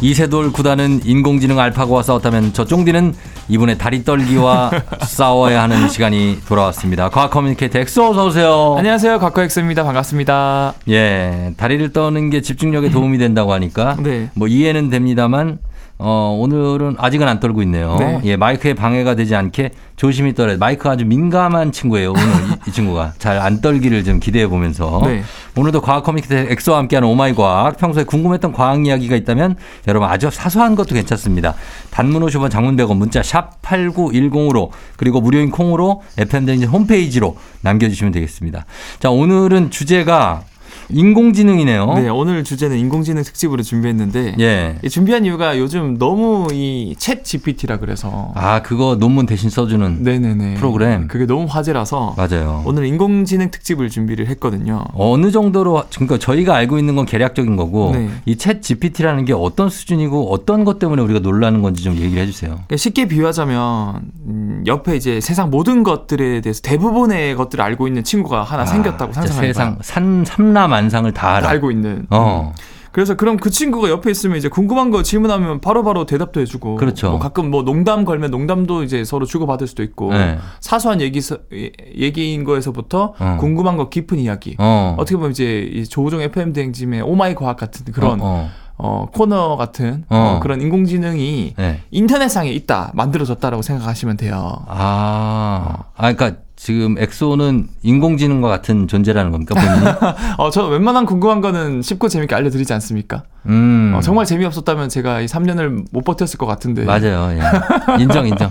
이세돌 구단은 인공지능 알파고와 싸웠다면 저 쫑디는 이분의 다리 떨기와 싸워야 하는 시간이 돌아왔습니다. 과학 커뮤니케이터 엑소 어서 오세요. 안녕하세요. 과거 엑스입니다. 반갑습니다. 예, 다리를 떠는 게 집중력에 도움이 된다고 하니까 네. 뭐 이해는 됩니다만 어, 오늘은 아직은 안 떨고 있네요. 네. 예, 마이크에 방해가 되지 않게 조심히 떨어요. 마이크 아주 민감한 친구예요. 오늘 이, 이 친구가 잘 안 떨기를 좀 기대해 보면서 네. 오늘도 과학 커뮤니케이터 엑소와 함께하는 오마이 과학. 평소에 궁금했던 과학 이야기가 있다면 여러분 아주 사소한 것도 괜찮습니다. 단문 50원, 장문 100원, 문자 샵 #8910으로 그리고 무료인 콩으로 FM 댕진 홈페이지로 남겨주시면 되겠습니다. 자, 오늘은 주제가 인공지능이네요. 네, 오늘 주제는 인공지능 특집으로 준비했는데 어? 예. 이 준비한 이유가 요즘 너무 이 챗 GPT라 그래서 아, 그거 논문 대신 써주는 네네네 프로그램. 그게 너무 화제라서 맞아요. 오늘 인공지능 특집을 준비를 했거든요. 어느 정도로 그러니까 저희가 알고 있는 건 계략적인 거고 네. 이 챗 GPT라는 게 어떤 수준이고 어떤 것 때문에 우리가 놀라는 건지 좀 얘기를 해주세요. 그러니까 쉽게 비유하자면 음, 옆에 이제 세상 모든 것들에 대해서 대부분의 것들을 알고 있는 친구가 하나 아, 생겼다고 아, 진짜 상상해봐요. 세상 산 삼라만상을 다 알아. 알고 있는. 음. 어, 그래서 그럼 그 친구가 옆에 있으면 이제 궁금한 거 질문하면 바로바로 대답도 해주고. 그렇죠. 뭐 가끔 뭐 농담 걸면 농담도 이제 서로 주고받을 수도 있고. 네. 사소한 얘기, 예, 얘기인 거에서부터 어. 궁금한 거 깊은 이야기. 어, 어. 떻게 보면 이제 이 조우종 FM 대행진의 오마이 과학 같은 그런 어, 어. 어, 코너 같은 어. 어, 그런 인공지능이 네. 인터넷상에 있다, 만들어졌다라고 생각하시면 돼요. 아, 아, 그러니까 지금 엑소는 인공지능과 같은 존재라는 겁니까 본인이? 어, 저 웬만한 궁금한 거는 쉽고 재밌게 알려드리지 않습니까? 음, 어, 정말 재미없었다면 제가 이 3년을 못 버텼을 것 같은데. 맞아요. 예. 인정, 인정.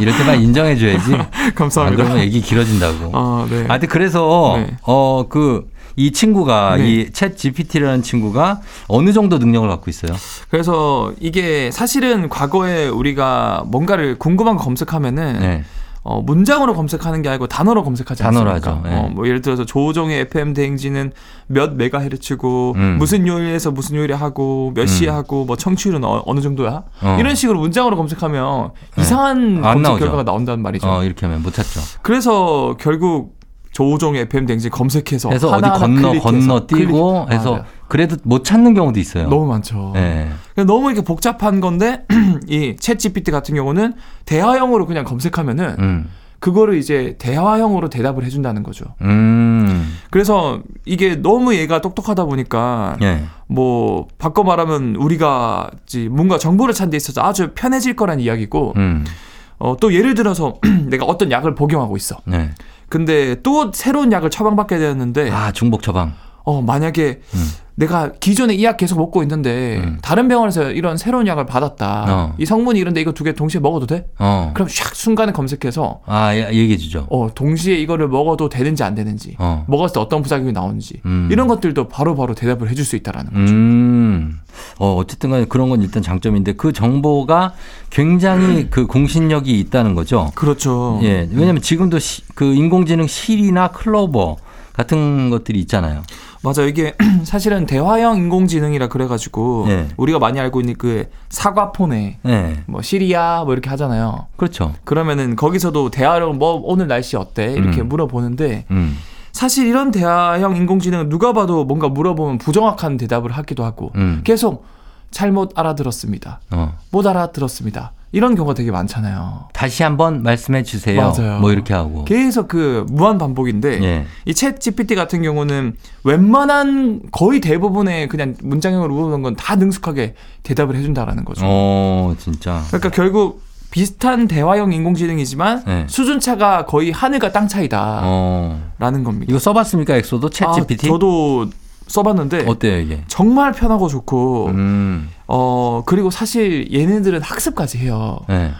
이럴 때만 인정해줘야지. 안 감사합니다. 그러면 얘기 길어진다고. 아, 네. 아, 근데 그래서 네. 어 그 이 친구가 네. 이 챗 GPT라는 친구가 어느 정도 능력을 갖고 있어요? 그래서 이게 사실은 과거에 우리가 뭔가를 궁금한 거 검색하면은 네. 어, 문장으로 검색하는 게 아니고 단어로 검색하지 단어로 하죠. 않습니까? 예. 어, 뭐 예를 들어서 조종의 FM 대행진은 몇 메가헤르츠고 음. 무슨 요일에서 무슨 요일에 하고 몇 시에 음. 하고 뭐 청취율은 어, 느 정도야? 어. 예. 이런 식으로 문장으로 검색하면 이상한 안 검색 나오죠. 결과가 나온다는 말이죠. 어 이렇게 하면 못 찾죠. 그래서 결국 조종의 FM 대행진 검색해서 그래서 어디 하나하나 건너 클릭해서 건너 뛰고 클릭- 아, 해서 네. 그래도 못 찾는 경우도 있어요. 너무 많죠. 예. 그냥 너무 이렇게 복잡한 건데 이챗 GPT 같은 경우는 대화형으로 그냥 검색하면은 음. 그거를 이제 대화형으로 대답을 해준다는 거죠. 음. 그래서 이게 너무 얘가 똑똑하다 보니까 예. 뭐 바꿔 말하면 우리가 이제 뭔가 정보를 찾는 데 있어서 아주 편해질 거란 이야기고 음. 어, 또 예를 들어서 내가 어떤 약을 복용하고 있어. 네. 근데 또 새로운 약을 처방받게 되었는데 아 중복 처방. 어, 만약에 음. 내가 기존에 이 약 계속 먹고 있는데 음. 다른 병원에서 이런 새로운 약을 받았다. 어. 이 성분이 이런데 이거 두 개 동시에 먹어도 돼? 어. 그럼 샥 순간에 검색해서 아 예, 얘기해 주죠. 어, 동시에 이거를 먹어도 되는지 안 되는지 어. 먹었을 때 어떤 부작용이 나오는지 음. 이런 것들도 바로바로 대답을 해줄 수 있다라는 거죠. 음. 어, 어쨌든 간에 그런 건 일단 장점인데 그 정보가 음. 굉장히 그 공신력이 있다는 거죠. 그렇죠. 예, 왜냐면 지금도 시- 그 인공지능 실이나 클로버 같은 것들이 있잖아요. 맞아 이게 사실은 대화형 인공지능이라 그래가지고 네. 우리가 많이 알고 있는 그 사과폰에 예, 뭐 시리아 뭐 이렇게 하잖아요. 그렇죠. 그러면은 거기서도 대화로 뭐 오늘 날씨 어때 이렇게 음. 물어보는데 음, 사실 이런 대화형 인공지능은 누가 봐도 뭔가 물어보면 부정확한 대답을 하기도 하고 음, 계속 잘못 알아들었습니다. 어. 못 알아들었습니다. 이런 경우가 되게 많잖아요. 다시 한번 말씀해 주세요. 맞아요. 뭐 이렇게 하고. 계속 계속 그 무한 반복인데 예, 이 챗 GPT 같은 경우는 웬만한 거의 대부분의 그냥 문장형으로 물어보는 건 다 능숙하게 대답을 해준다라는 거죠. 어, 진짜. 그러니까 결국 비슷한 대화형 인공지능이지만 네. 수준 차가 거의 하늘과 땅 차이다라는 어, 겁니다. 이거 써봤습니까? 엑소도 챗 GPT. 아, 저도 네. 써봤는데 어때요 이게? 정말 편하고 좋고 음, 어 그리고 사실 얘네들은 학습까지 해요. 예,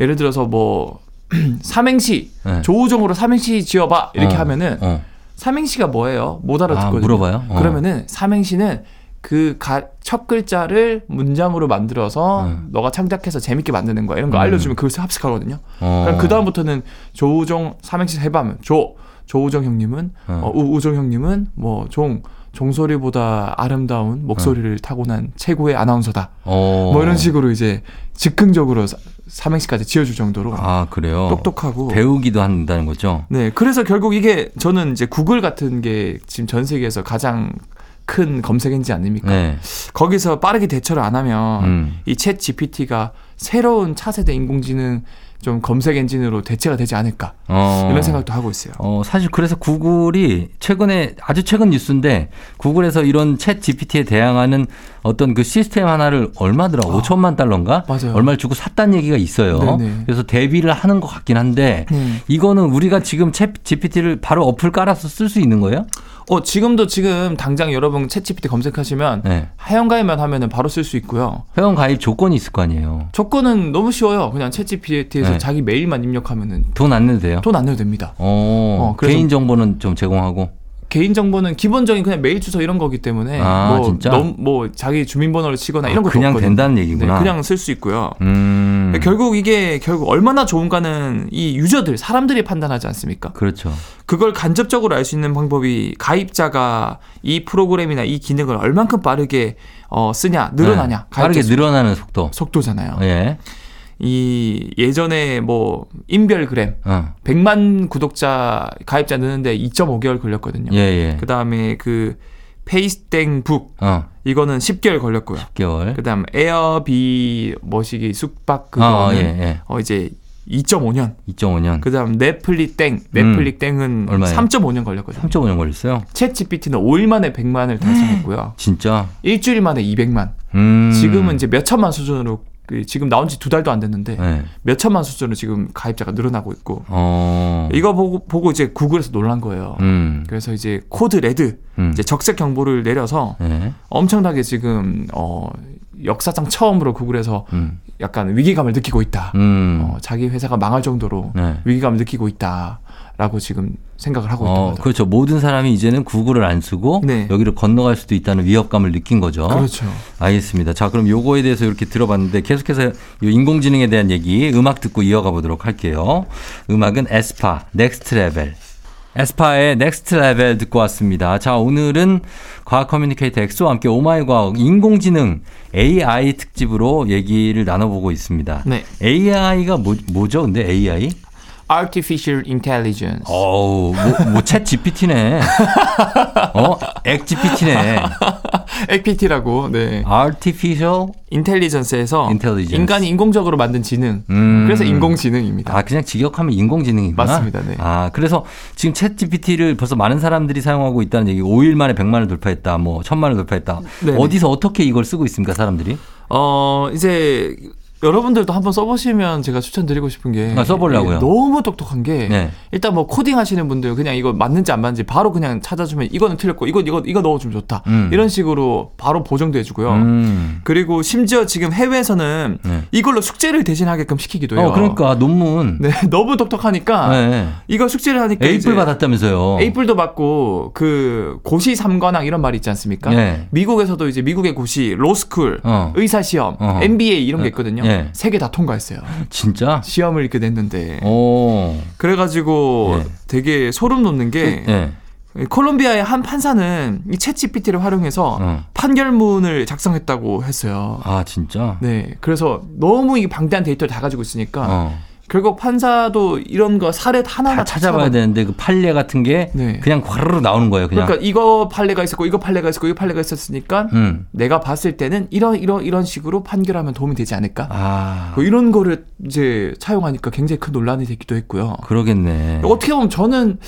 예를 들어서 뭐 삼행시 예. 조우종으로 삼행시 지어봐 이렇게 어, 하면은 어. 삼행시가 뭐예요? 못 아, 알아듣거든요. 물어봐요. 어. 그러면은 삼행시는 그 첫 글자를 문장으로 만들어서 음. 너가 창작해서 재밌게 만드는 거야 이런 거 음. 알려주면 그걸 합숙하거든요. 어. 그럼 그 다음부터는 조우종 삼행시 해봐면 조 조우정 형님은 어. 어, 우우정 형님은 뭐종 종소리보다 아름다운 목소리를 타고난 최고의 아나운서다. 어. 뭐 이런 식으로 이제 즉흥적으로 사- 삼행시까지 지어줄 정도로 아 그래요. 똑똑하고 배우기도 한다는 거죠. 네, 그래서 결국 이게 저는 이제 구글 같은 게 지금 전 세계에서 가장 큰 검색 엔진 아닙니까? 아, 네. 거기서 빠르게 대처를 안 하면 음. 이 챗 GPT가 새로운 차세대 인공지능 좀 검색 엔진으로 대체가 되지 않을까 어. 이런 생각도 하고 있어요. 어, 사실 그래서 구글이 최근에 아주 최근 뉴스인데 구글에서 이런 챗 GPT에 대항하는 어떤 그 시스템 하나를 얼마더라? 아. 5천만 달러인가? 맞아요. 얼마를 주고 샀다는 얘기가 있어요. 네. 네네. 그래서 대비를 하는 것 같긴 한데 네. 이거는 우리가 지금 챗 GPT를 바로 어플 깔아서 쓸 수 있는 거예요? 어 지금도 지금 당장 여러분 챗 GPT 검색하시면 네. 하연가입만 하면은 바로 쓸 수 있고요. 회원 가입 조건이 있을 거 아니에요. 조건은 너무 쉬워요. 그냥 챗 GPT에서 네. 자기 메일만 입력하면은 돈 안 내도 돼요? 돈 안 내도 됩니다. 어, 어, 그래서- 개인 정보는 좀 제공하고. 개인 정보는 기본적인 그냥 메일 주소 이런 거기 때문에 아, 뭐, 진짜? 너무- 뭐 자기 주민번호를 치거나 이런 아, 거 그냥 없거든요. 된다는 얘기구나. 네, 그냥 쓸 수 있고요. 음. 그러니까 결국 이게 결국 얼마나 좋은가는 이 유저들 사람들이 판단하지 않습니까? 그렇죠. 그걸 간접적으로 알 수 있는 방법이 가입자가 이 프로그램이나 이 기능을 얼만큼 빠르게 어, 쓰냐 늘어나냐 네. 빠르게 가입자 수- 늘어나는 속도. 속도잖아요. 예. 이 예전에 뭐 인별그램 어. 100만 구독자 가입자 느는데 2.5개월 걸렸거든요. 예, 예. 그 다음에 그 페이스땡북 어, 이거는 10개월 걸렸고요. 네. 10개월. 그다음 에어비 머시기 숙박 어, 그거는 예, 예. 어 이제 2.5년. 2.5년. 그다음 넷플릭 땡, 넷플릭 땡은 얼마예요? 3.5년 걸렸거든요. 3.5년 걸렸어요. 챗 GPT는 5일 만에 100만을 달성했고요. 진짜. 일주일 만에 200만. 음. 지금은 이제 몇 천만 수준으로 그 지금 나온 지 두 달도 안 됐는데 네. 몇 천만 수준으로 지금 가입자가 늘어나고 있고 어. 이거 보고 보고 이제 구글에서 놀란 거예요. 음. 그래서 이제 코드 레드 음. 이제 적색 경보를 내려서 예. 엄청나게 지금 어 역사상 처음으로 구글에서 음. 약간 위기감을 느끼고 있다. 음. 어, 자기 회사가 망할 정도로 네. 위기감을 느끼고 있다라고 지금 생각을 하고 있다고 어, 하더라고요. 그렇죠. 모든 사람이 이제는 구글을 안 쓰고 네. 여기를 건너갈 수도 있다는 위협감을 느낀 거죠. 그렇죠. 알겠습니다. 자, 그럼 요거에 대해서 이렇게 들어봤는데 계속해서 이 인공지능에 대한 얘기 음악 듣고 이어가 보도록 할게요. 음악은 에스파 넥스트 레벨. 에스파의 넥스트 레벨 듣고 왔습니다. 자, 오늘은 과학 커뮤니케이터 엑소와 함께 오마이 과학 인공지능 AI 특집으로 얘기를 나눠보고 있습니다. 네. AI가 뭐, 뭐죠? 근데 AI? Artificial Intelligence. 어우, 뭐, 뭐챗 GPT네. 어? 액 GPT네. APT라고. 네. Artificial 아. 인텔리전스에서 Intelligence. 인간이 인공적으로 만든 지능. 음. 그래서 인공지능입니다. 아, 그냥 직역하면 인공지능이구나. 맞습니다, 네. 아, 그래서 지금 챗 GPT를 벌써 많은 사람들이 사용하고 있다는 얘기. 5일 만에 100만을 돌파했다. 뭐 1000만을 돌파했다. 네. 어디서 어떻게 이걸 쓰고 있습니까, 사람들이? 어, 이제 여러분들도 한번 써보시면 제가 추천드리고 싶은 게 아, 써보려고요. 이게 너무 똑똑한 게 네. 일단 뭐 코딩 하시는 분들 그냥 이거 맞는지 안 맞는지 바로 그냥 찾아주면 이거는 틀렸고 이거 이거 이거 넣어주면 좋다 음. 이런 식으로 바로 보정도 해주고요. 음. 그리고 심지어 지금 해외에서는 네. 이걸로 숙제를 대신하게끔 시키기도 해요. 어, 그러니까 논문. 네, 너무 똑똑하니까 네. 이거 숙제를 하니까 에이플 그러니까 이제 받았다면서요. 에이플도 받고 그 고시 삼관왕 이런 말이 있지 않습니까? 네. 미국에서도 이제 미국의 고시, 로스쿨, 어. 의사 시험, 어허. MBA 이런 게 있거든요. 네. 세 개 다 통과했어요. 진짜? 시험을 이렇게 냈는데 어. 오. 그래가지고 네. 되게 소름 돋는 예. 게 콜롬비아의 한 판사는 이챗 GPT를 활용해서 어. 판결문을 작성했다고 했어요. 아, 진짜? 네, 그래서 너무 이 방대한 데이터를 다 가지고 있으니까 어. 결국 판사도 이런 거 사례 아, 다 하나하나 찾아봐야 찾아봐- 되는데 그 판례 같은 게 네. 예. 그냥 과르르 나오는 거예요, 그냥. 그러니까 이거 판례가 있었고 이거 판례가 있었고 이거 판례가 있었으니까 음. 내가 봤을 때는 이런 이런 이런 식으로 판결하면 도움이 되지 않을까? 아. 뭐 이런 거를 이제 차용하니까 굉장히 큰 논란이 되기도 했고요. 아, 그러겠네. 어떻게 보면 저는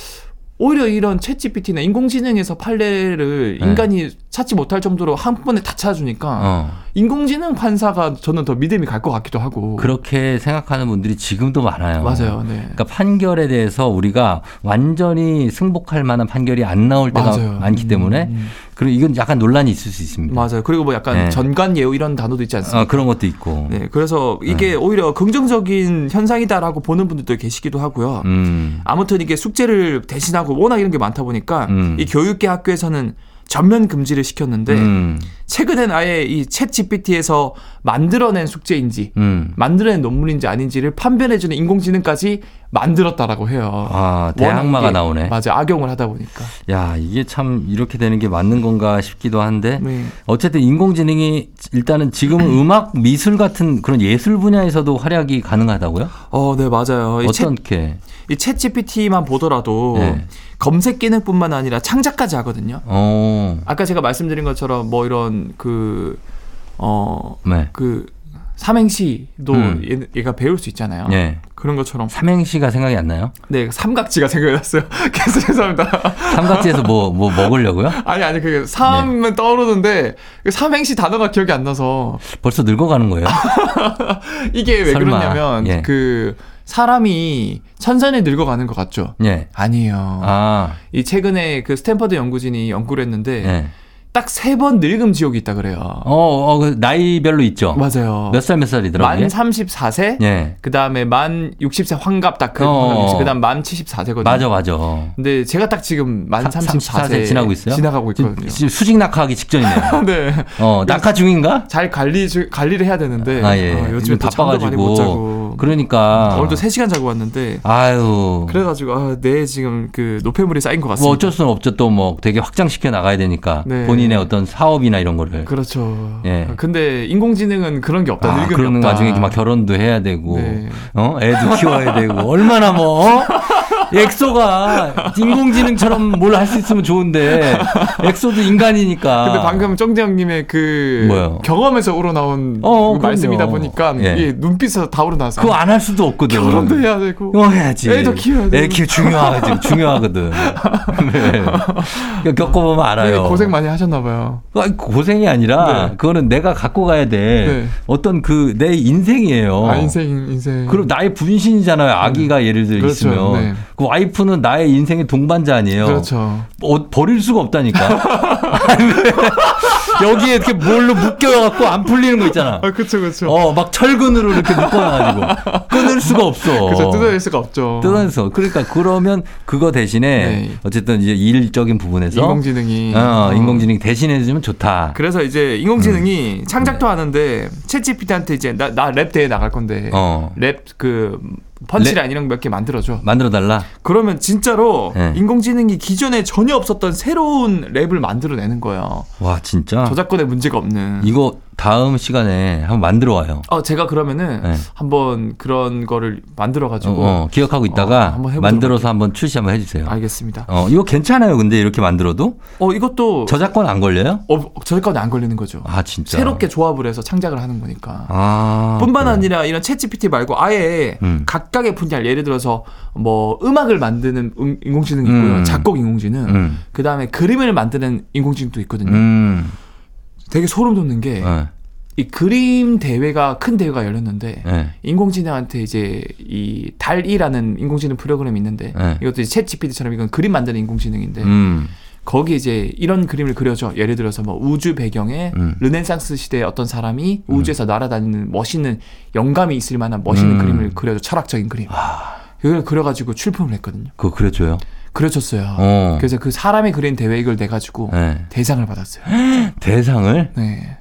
오히려 이런 챗GPT나 인공지능에서 판례를 네. 인간이 찾지 못할 정도로 한 번에 다 찾아주니까 어. 인공지능 판사가 저는 더 믿음이 갈 것 같기도 하고 그렇게 생각하는 분들이 지금도 많아요. 맞아요. 네. 그러니까 판결에 대해서 우리가 완전히 승복할 만한 판결이 안 나올 때가 맞아요. 많기 때문에 음, 음. 그리고 이건 약간 논란이 있을 수 있습니다. 맞아요. 그리고 뭐 약간 음. 네. 전관 예우 이런 단어도 있지 않습니까? 아, 그런 것도 있고. 네, 그래서 이게 오히려 긍정적인 현상이다라고 보는 분들도 계시기도 하고요. 음. 아무튼 이게 숙제를 대신하고 워낙 이런 게 많다 보니까 음. 이 교육계 학교에서는 전면 금지를 시켰는데 음. 최근엔 아예 이 챗 GPT에서 만들어낸 숙제인지 음. 만들어낸 논문인지 아닌지를 판별해주는 인공지능까지 만들었다라고 해요. 아, 워낙 대항마가 이게- 나오네. 맞아 악용을 하다 보니까. 야, 이게 참 이렇게 되는 게 맞는 건가 싶기도 한데 네. 어쨌든 인공지능이 일단은 지금은 음악 미술 같은 그런 예술 분야에서도 활약이 가능하다고요? 어, 네 맞아요. 이 챗- 어떻게? 이챗 GPT만 보더라도 네. 검색 기능뿐만 아니라 창작까지 하거든요. 어, 아까 제가 말씀드린 것처럼 뭐 이런 그 어, 네. 그 삼행시도 음. 얘, 얘가 배울 수 있잖아요. 예. 그런 것처럼 삼행시가 생각이 안 나요? 네 삼각지가 생각났어요. 계속 죄송합니다. 삼각지에서 뭐, 뭐 먹으려고요? 아니 아니 그게 삼은 네. 떠오르는데 그 삼행시 단어가 기억이 안 나서 벌써 늙어가는 거예요? 이게 왜 설마. 그러냐면 예. 그 사람이 천천히 늙어가는 것 같죠. 예. 아니에요. 아, 이 최근에 그 스탠퍼드 연구진이 연구를 했는데 예. 딱 세 번 늙음 지옥이 있다 그래요. 어, 어, 그 나이별로 있죠? 맞아요. 몇 살 몇 살이더라고요? 만 34세, 예. 그 다음에 만 60세 환갑 다크, 어. 그 다음 만 74세거든요. 맞아, 맞아. 근데 제가 딱 지금 만 삼- 34세 34세 지나고 있어요? 지나가고 지금, 있거든요. 지금 수직 낙하하기 직전이네요. 네. 어, 낙하 중인가? 잘 관리 주- 관리를 해야 되는데 아, 예. 어, 요즘에 요즘 또 잠도 많이 못 바빠가지고. 음. 자고 그러니까. 오늘도 3시간 자고 왔는데 아유. 그래가지고 아, 내 지금 그 노폐물이 쌓인 것 같습니다. 뭐 어쩔 수는 없죠. 또 뭐 되게 확장시켜 나가야 되니까. 네. 본인의 어떤 사업이나 이런 거를. 그렇죠. 예. 근데 인공지능은 그런 게 없다. 아, 늙음이 그러는 없다. 와중에 막 결혼도 해야 되고, 네. 어? 애도 키워야 되고, 얼마나 뭐, 어? 엑소가 인공지능처럼 뭘 할 수 있으면 좋은데, 엑소도 인간이니까. 근데 방금 정재 형님의 그 아. 뭐요? 경험에서 우러나온 어, 어, 그 말씀이다 그럼요. 보니까 예. 이게 눈빛에서 다 우러나서 그거 아- 안 할 수도 없거든. 결혼도 해야 되고 어, 해야지. 애도 키워야 되고. 애 키우, 중요하거든. 중요하거든. 네. 그러니까 겪어보면 되게 알아요. 네, 고생 많이 하셨나 봐요. 아니, 고생이 아니라, 네. 그거는 내가 갖고 가야 돼. 네. 어떤 그, 내 인생이에요. 아 인생 인생. 어. 그럼 나의 분신이잖아요. 아기가 예를 들어 그렇죠. 있으면. 네. 그 와이프는 나의 인생의 동반자 아니에요. 그렇죠. 어, 버릴 수가 없다니까. 아니, 왜? 여기에 이렇게 뭘로 묶여갖고 안 풀리는 거 있잖아. 아 그렇죠 그렇죠. 어, 막 철근으로 이렇게 묶어놔가지고. 끊을 수가 없어. 그렇죠 뜯어낼 수가 없죠. 뜯어내서. 그러니까 그러면 그거 대신에 네. 어쨌든 이제 일적인 부분에서 인공지능이. 어, 어. 인공지능이 음. 대신해주면 좋다. 그래서 이제 인공지능이 창작도 하는데 챗GPT한테 이제 나 나 랩 대회 나갈 건데 어. 랩 그 펀치라인 이런 거 몇 개 만들어줘. 만들어달라. 그러면 진짜로 네. 인공지능이 기존에 전혀 없었던 새로운 랩을 만들어내는 거예요. 와, 진짜. 저작권에 문제가 없는. 이거 다음 시간에 한번 만들어 와요. 어 제가 그러면은 네. 한번 그런 거를 만들어 어, 가지고 어, 기억하고 있다가 어, 한번 해보도록 아, 만들어서 한번 출시 한번 해주세요. 알겠습니다. 어, 이거 괜찮아요. 근데 이렇게 만들어도 어 이것도 저작권 안 걸려요? 어, 저작권이 안 걸리는 거죠. 아 진짜. 새롭게 조합을 해서 창작을 하는 거니까. 아 뿐만 그래요? 아니라 이런 챗GPT 말고 아예 음. 각각의 분야를 예를 들어서 뭐 음악을 만드는 음- 인공지능이 있고요. 음. 작곡 인공지능. 음. 그다음에 그림을 만드는 인공지능도 있거든요. 음. 되게 소름 돋는 게 예. 이 그림 대회가 큰 대회가 열렸는데 예. 인공지능한테 이제 이 달이라는 인공지능 프로그램이 있는데 네. 이것도 이제 챗 GPT처럼 이건 그림 만드는 인공지능인데 음. 거기 이제 이런 그림을 그려줘 예를 들어서 뭐 우주 배경에 음. 르네상스 시대의 어떤 사람이 우주에서 날아다니는 멋있는 영감이 있을 만한 음. 멋있는 그림을 그려줘 철학적인 그림 그걸 그려가지고 출품을 했거든요 그거 그려줘요. 그려줬어요 네. 어. 그래서 뭐. 그 사람이 그린 대회 이걸 내가지고 예. 대상을 받았어요 대상을. 네.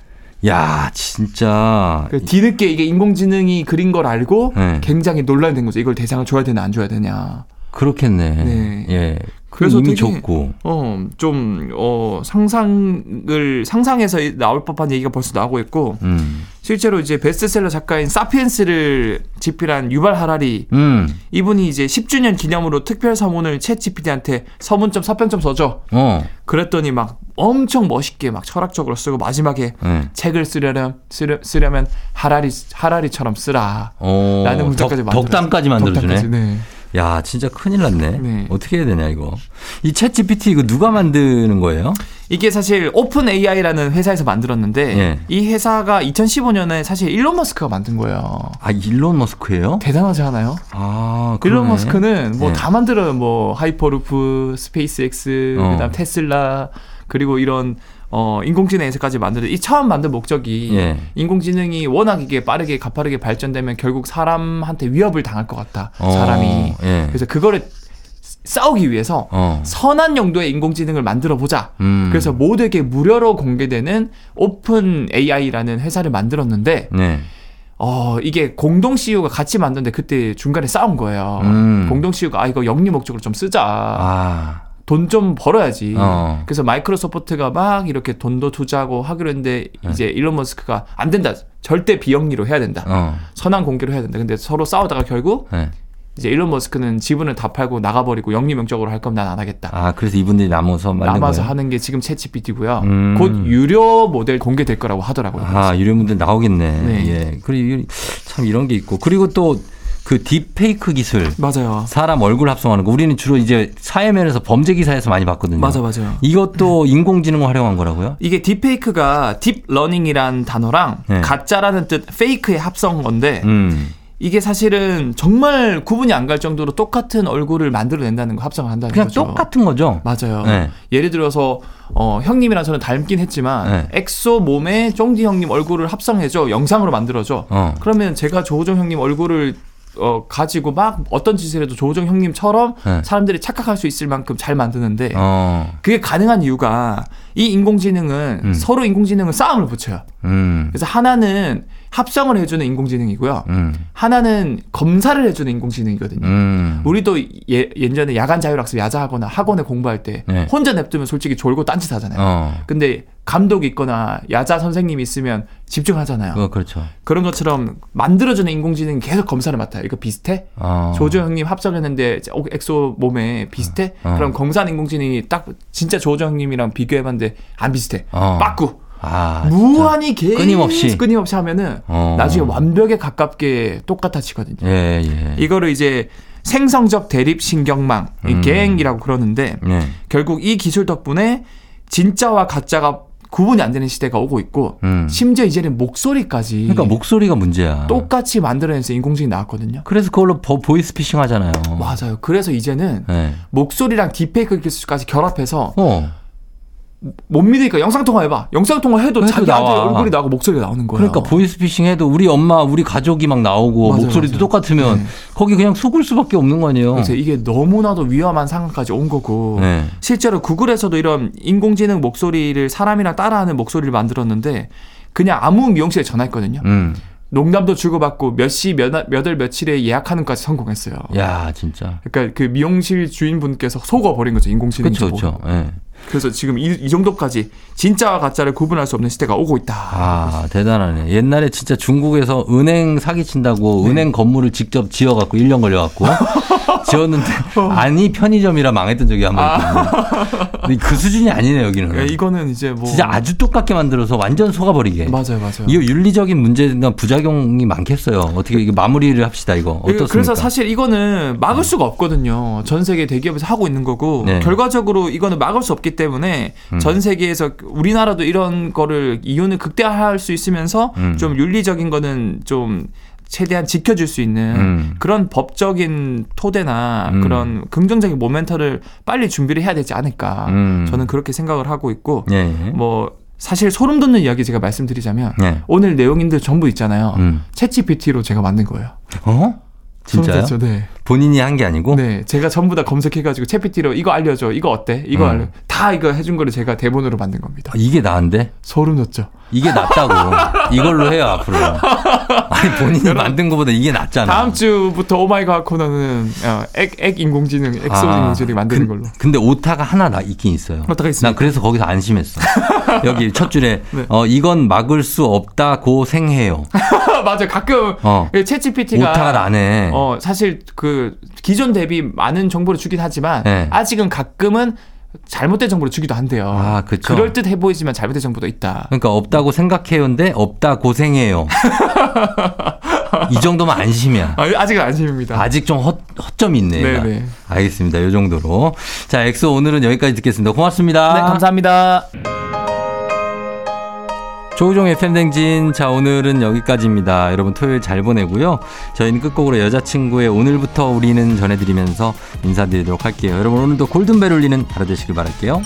야 진짜. 그 뒤늦게 이게 인공지능이 그린 걸 알고 네. 굉장히 논란이 된 거죠 이걸 대상을 줘야 되냐 안 줘야 되냐 그렇겠네. 네. 예. 그래서 이미 되게- 줬고. 어, 좀, 어, 상상을, 상상해서 나올 법한 얘기가 벌써 나오고 있고, 음. 실제로 이제 베스트셀러 작가인 사피엔스를 집필한 유발 하라리, 음. 이분이 이제 10주년 기념으로 특별 서문을 챗 GPT한테 서문 좀 서편 좀 써줘. 어. 그랬더니 막 엄청 멋있게 막 철학적으로 쓰고 마지막에 예. 책을 쓰려면, 쓰려, 쓰려면 하라리, 하라리처럼 쓰라. 어. 라는 덕, 문장까지 만들어줬어요. 덕담까지 만들어주네. 덕담까지, 네. 야, 진짜 큰일 났네. 네. 어떻게 해야 되냐, 이거. 이 챗 GPT 이거 누가 만드는 거예요? 이게 사실 오픈 AI라는 회사에서 만들었는데 예. 이 회사가 2015년에 사실 일론 머스크가 만든 거예요. 아, 일론 머스크예요? 대단하지 않아요? 아, 네. 일론 그러네. 머스크는 뭐 예. 다 만들어요. 뭐 하이퍼루프, 스페이스X, 어. 그다음 테슬라 그리고 이런 어 인공지능 회사까지 만들어. 이 처음 만든 목적이 예. 인공지능이 워낙 이게 빠르게 가파르게 발전되면 결국 사람한테 위협을 당할 것 같다. 어, 사람이. 예. 그래서 그거를 싸우기 위해서 어. 선한 용도의 인공지능을 만들어 보자. 음. 그래서 모두에게 무료로 공개되는 오픈 AI라는 회사를 만들었는데 네. 어, 이게 공동 CEO가 같이 만드는데 그때 중간에 싸운 거예요. 음. 어, 공동 CEO가 아, 이거 영리 목적으로 좀 쓰자. 아, 돈 좀 벌어야지. 어. 그래서 마이크로소프트가 막 이렇게 돈도 투자하고 하기로 했는데 네. 이제 일론 머스크가 안 된다. 절대 비영리로 해야 된다. 어, 선한 공개로 해야 된다. 근데 서로 싸우다가 결국 네. 이제 일론 머스크는 지분을 다 팔고 나가버리고 영리 명적으로 할 거면 난 안 하겠다. 아, 그래서 이분들이 남아서 만든 남아서 거예요. 하는 게 지금 채찌PT고요. 음. 곧 유료 모델 공개될 거라고 하더라고요. 아, 유료 분들 나오겠네. 네. 예. 그리고 이- 참 이런 게 있고 그리고 또 그 딥페이크 기술 맞아요. 사람 얼굴 합성하는 거 우리는 주로 이제 사회면에서 범죄 기사에서 많이 봤거든요. 맞아 맞아요. 이것도 인공지능을 활용한 거라고요? 이게 딥페이크가 딥러닝이란 단어랑 네. 가짜라는 뜻 페이크의 합성 건데 음. 이게 사실은 정말 구분이 안 갈 정도로 똑같은 얼굴을 만들어낸다는 거 합성을 한다는 그냥 거죠. 똑같은 거죠. 그렇죠. 맞아요. 네. 예를 들어서 어, 형님이랑 저는 닮긴 했지만 네. 엑소 몸에 쫑디 형님 얼굴을 합성해줘 영상으로 만들어줘. 어. 그러면 제가 조호정 형님 얼굴을 어, 가지고 막 어떤 짓을 해도 조호정 형님처럼 네. 사람들이 착각할 수 있을 만큼 잘 만드는데 어. 그게 가능한 이유가 이 인공지능은 음. 서로 인공지능은 싸움을 붙여요. 음. 그래서 하나는 합성을 해주는 인공지능이고요. 음. 하나는 검사를 해주는 인공지능이거든요. 음. 우리도 예, 예전에 야간 자율학습 야자하거나 학원에 공부할 때 네. 혼자 냅두면 솔직히 졸고 딴짓 하잖아요. 어. 근데 감독이 있거나 야자 선생님이 있으면 집중하잖아요. 그거 그렇죠. 그런 것처럼 만들어주는 인공지능이 계속 검사를 맡아요. 이거 비슷해? 어. 조조 형님 합성했는데 이제 어, 엑소 몸에 비슷해? 어. 그럼 검사 인공지능이 딱 진짜 조조 형님이랑 비교해봤는데 안 비슷해. 어. 빠꾸! 아. 무한히 계속 끊임없이. 끊임없이 하면은 어. 나중에 완벽에 가깝게 똑같아지거든요. 예, 예. 이거를 이제 생성적 대립 신경망, 이 음. 갱이라고 그러는데 예. 결국 이 기술 덕분에 진짜와 가짜가 구분이 안 되는 시대가 오고 있고 음. 심지어 이제는 목소리까지 그러니까 목소리가 문제야. 똑같이 만들어내서 인공지능이 나왔거든요. 그래서 그걸로 보, 보이스피싱 하잖아요. 맞아요. 그래서 이제는 예. 목소리랑 딥페이크 기술까지 결합해서 어. 못 믿으니까 영상통화 해봐. 영상통화 해도 해도 자기 아들 나와. 얼굴이 나오고 목소리가 나오는 거예요. 그러니까 보이스피싱 해도 우리 엄마, 우리 가족이 막 나오고 맞아요, 목소리도 맞아요. 똑같으면 네. 거기 그냥 속을 수밖에 없는 거 아니에요. 그래서 이게 너무나도 위험한 상황까지 온 거고 네. 실제로 구글에서도 이런 인공지능 목소리를 사람이랑 따라하는 목소리를 만들었는데 그냥 아무 미용실에 전화했거든요. 음. 농담도 주고받고 몇 시 몇월 며칠에 예약하는까지 성공했어요. 야, 진짜. 그러니까 그 미용실 주인분께서 속아버린 거죠 인공지능. 그렇죠, 그렇죠. 예. 그래서 지금 이, 이 정도까지 진짜와 가짜를 구분할 수 없는 시대가 오고 있다. 아, 대단하네. 옛날에 진짜 중국에서 은행 사기친다고 네. 은행 건물을 직접 지어갖고 1년 걸려갖고 지었는데 아니 편의점이라 망했던 적이 한 번 있거든요. 근데 그 수준이 아니네, 그러니까 여기는. 아. 이거는 이제 뭐 진짜 아주 똑같게 만들어서 완전 속아버리게. 맞아요, 맞아요. 이거 윤리적인 문제나 부작용이 많겠어요. 어떻게 이게 마무리를 합시다, 이거. 어떻습니까? 그래서 사실 이거는 막을 수가 없거든요. 전 세계 대기업에서 하고 있는 거고 네. 음. 결과적으로 이거는 막을 수 없기 때문에 전 세계에서 우리나라도 이런 거를 이윤을 극대화할 수 있으면서 음. 좀 윤리적인 거는 좀 최대한 지켜줄 수 있는 음. 그런 법적인 토대나 음. 그런 긍정적인 모멘터를 빨리 준비를 해야 되지 않을까 음. 저는 그렇게 생각을 하고 있고 예, 예. 뭐 사실 소름 돋는 이야기 제가 말씀드리자면 네. 오늘 내용인들 전부 있잖아요 음. 챗GPT로 제가 만든 거예요. 어? 진짜요? 어? 소름 돋죠, 네. 본인이 한 게 아니고? 네, 제가 전부 다 검색해가지고 채피티로 이거 알려줘, 이거 어때, 이거 음. 알려, 다 이거 해준 거를 제가 대본으로 만든 겁니다. 아, 이게 나은데? 소름 돋죠. 이게 낫다고. 이걸로 해요, 앞으로. 아니, 본인이 만든 것보다 이게 낫잖아. 다음 주부터 오마이갓 코너는 어, 액, 액 인공지능, 엑소 아, 인공지능 근- 만드는 걸로. 근데 오타가 하나 나 있긴 있어요. 오타가 뭐, 있습니까? 난 그래서 거기서 안심했어. 여기 첫 줄에 네. 어, 이건 막을 수 없다 고생해요. 맞아, 가끔 어. 채치피티가 오타가 나네. 어, 사실 그 기존 대비 많은 정보를 주긴 하지만 네. 아직은 가끔은 잘못된 정보를 주기도 한대요. 아, 그쵸. 럴 듯해 보이지만 잘못된 정보도 있다. 그러니까 없다고 생각해요인데 없다 고생해요. 이 정도면 안심이야. 아, 아직은 안심입니다. 아직 좀 헛, 허점이 있네. 얘가. 네네. 알겠습니다. 이 정도로. 자, 엑소 오늘은 여기까지 듣겠습니다. 고맙습니다. 네, 감사합니다. 조우종의 팬댕진. 자, 오늘은 여기까지입니다. 여러분 토요일 잘 보내고요. 저희는 끝곡으로 여자친구의 오늘부터 우리는 전해드리면서 인사드리도록 할게요. 여러분 오늘도 골든벨 울리는 하루 되시길 바랄게요.